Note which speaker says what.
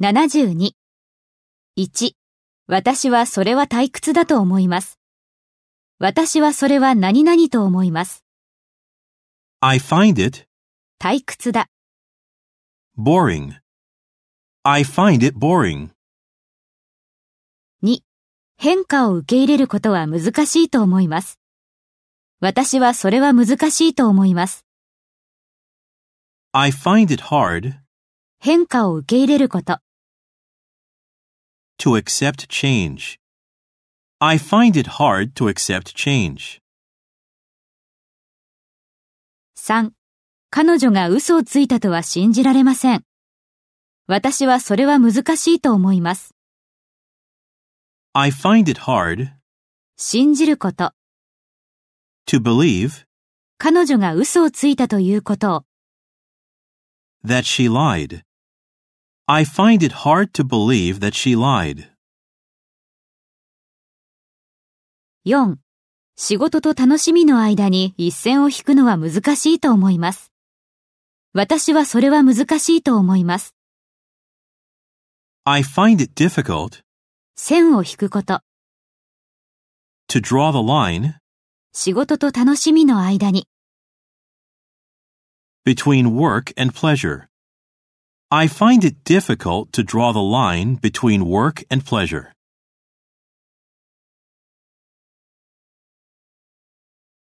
Speaker 1: 72。1、私はそれは退屈だと思います。私はそれは何々と思います。
Speaker 2: I find it
Speaker 1: 退屈だ。
Speaker 2: boring. I find it boring.
Speaker 1: 2、変化を受け入れることは難しいと思います。私はそれは難しいと思います。
Speaker 2: I find it hard
Speaker 1: 変化を受け入れること。
Speaker 2: to accept change. I find it hard to accept change.
Speaker 1: 3、彼女が嘘をついたとは信じられません。私はそれは難しいと思います。
Speaker 2: I find it hard
Speaker 1: 信じること。
Speaker 2: to believe
Speaker 1: 彼女が嘘をついたということを。
Speaker 2: that she lied. I find it hard to believe that she lied.
Speaker 1: 4. 仕事と楽しみの間に一線を引くのは難しいと思います。私はそれは難しいと思います。
Speaker 2: I find it difficult
Speaker 1: 線を引くこと。
Speaker 2: to draw the line
Speaker 1: 仕事と楽しみの間に。
Speaker 2: between work and pleasure. I find it difficult to draw the line between work and pleasure.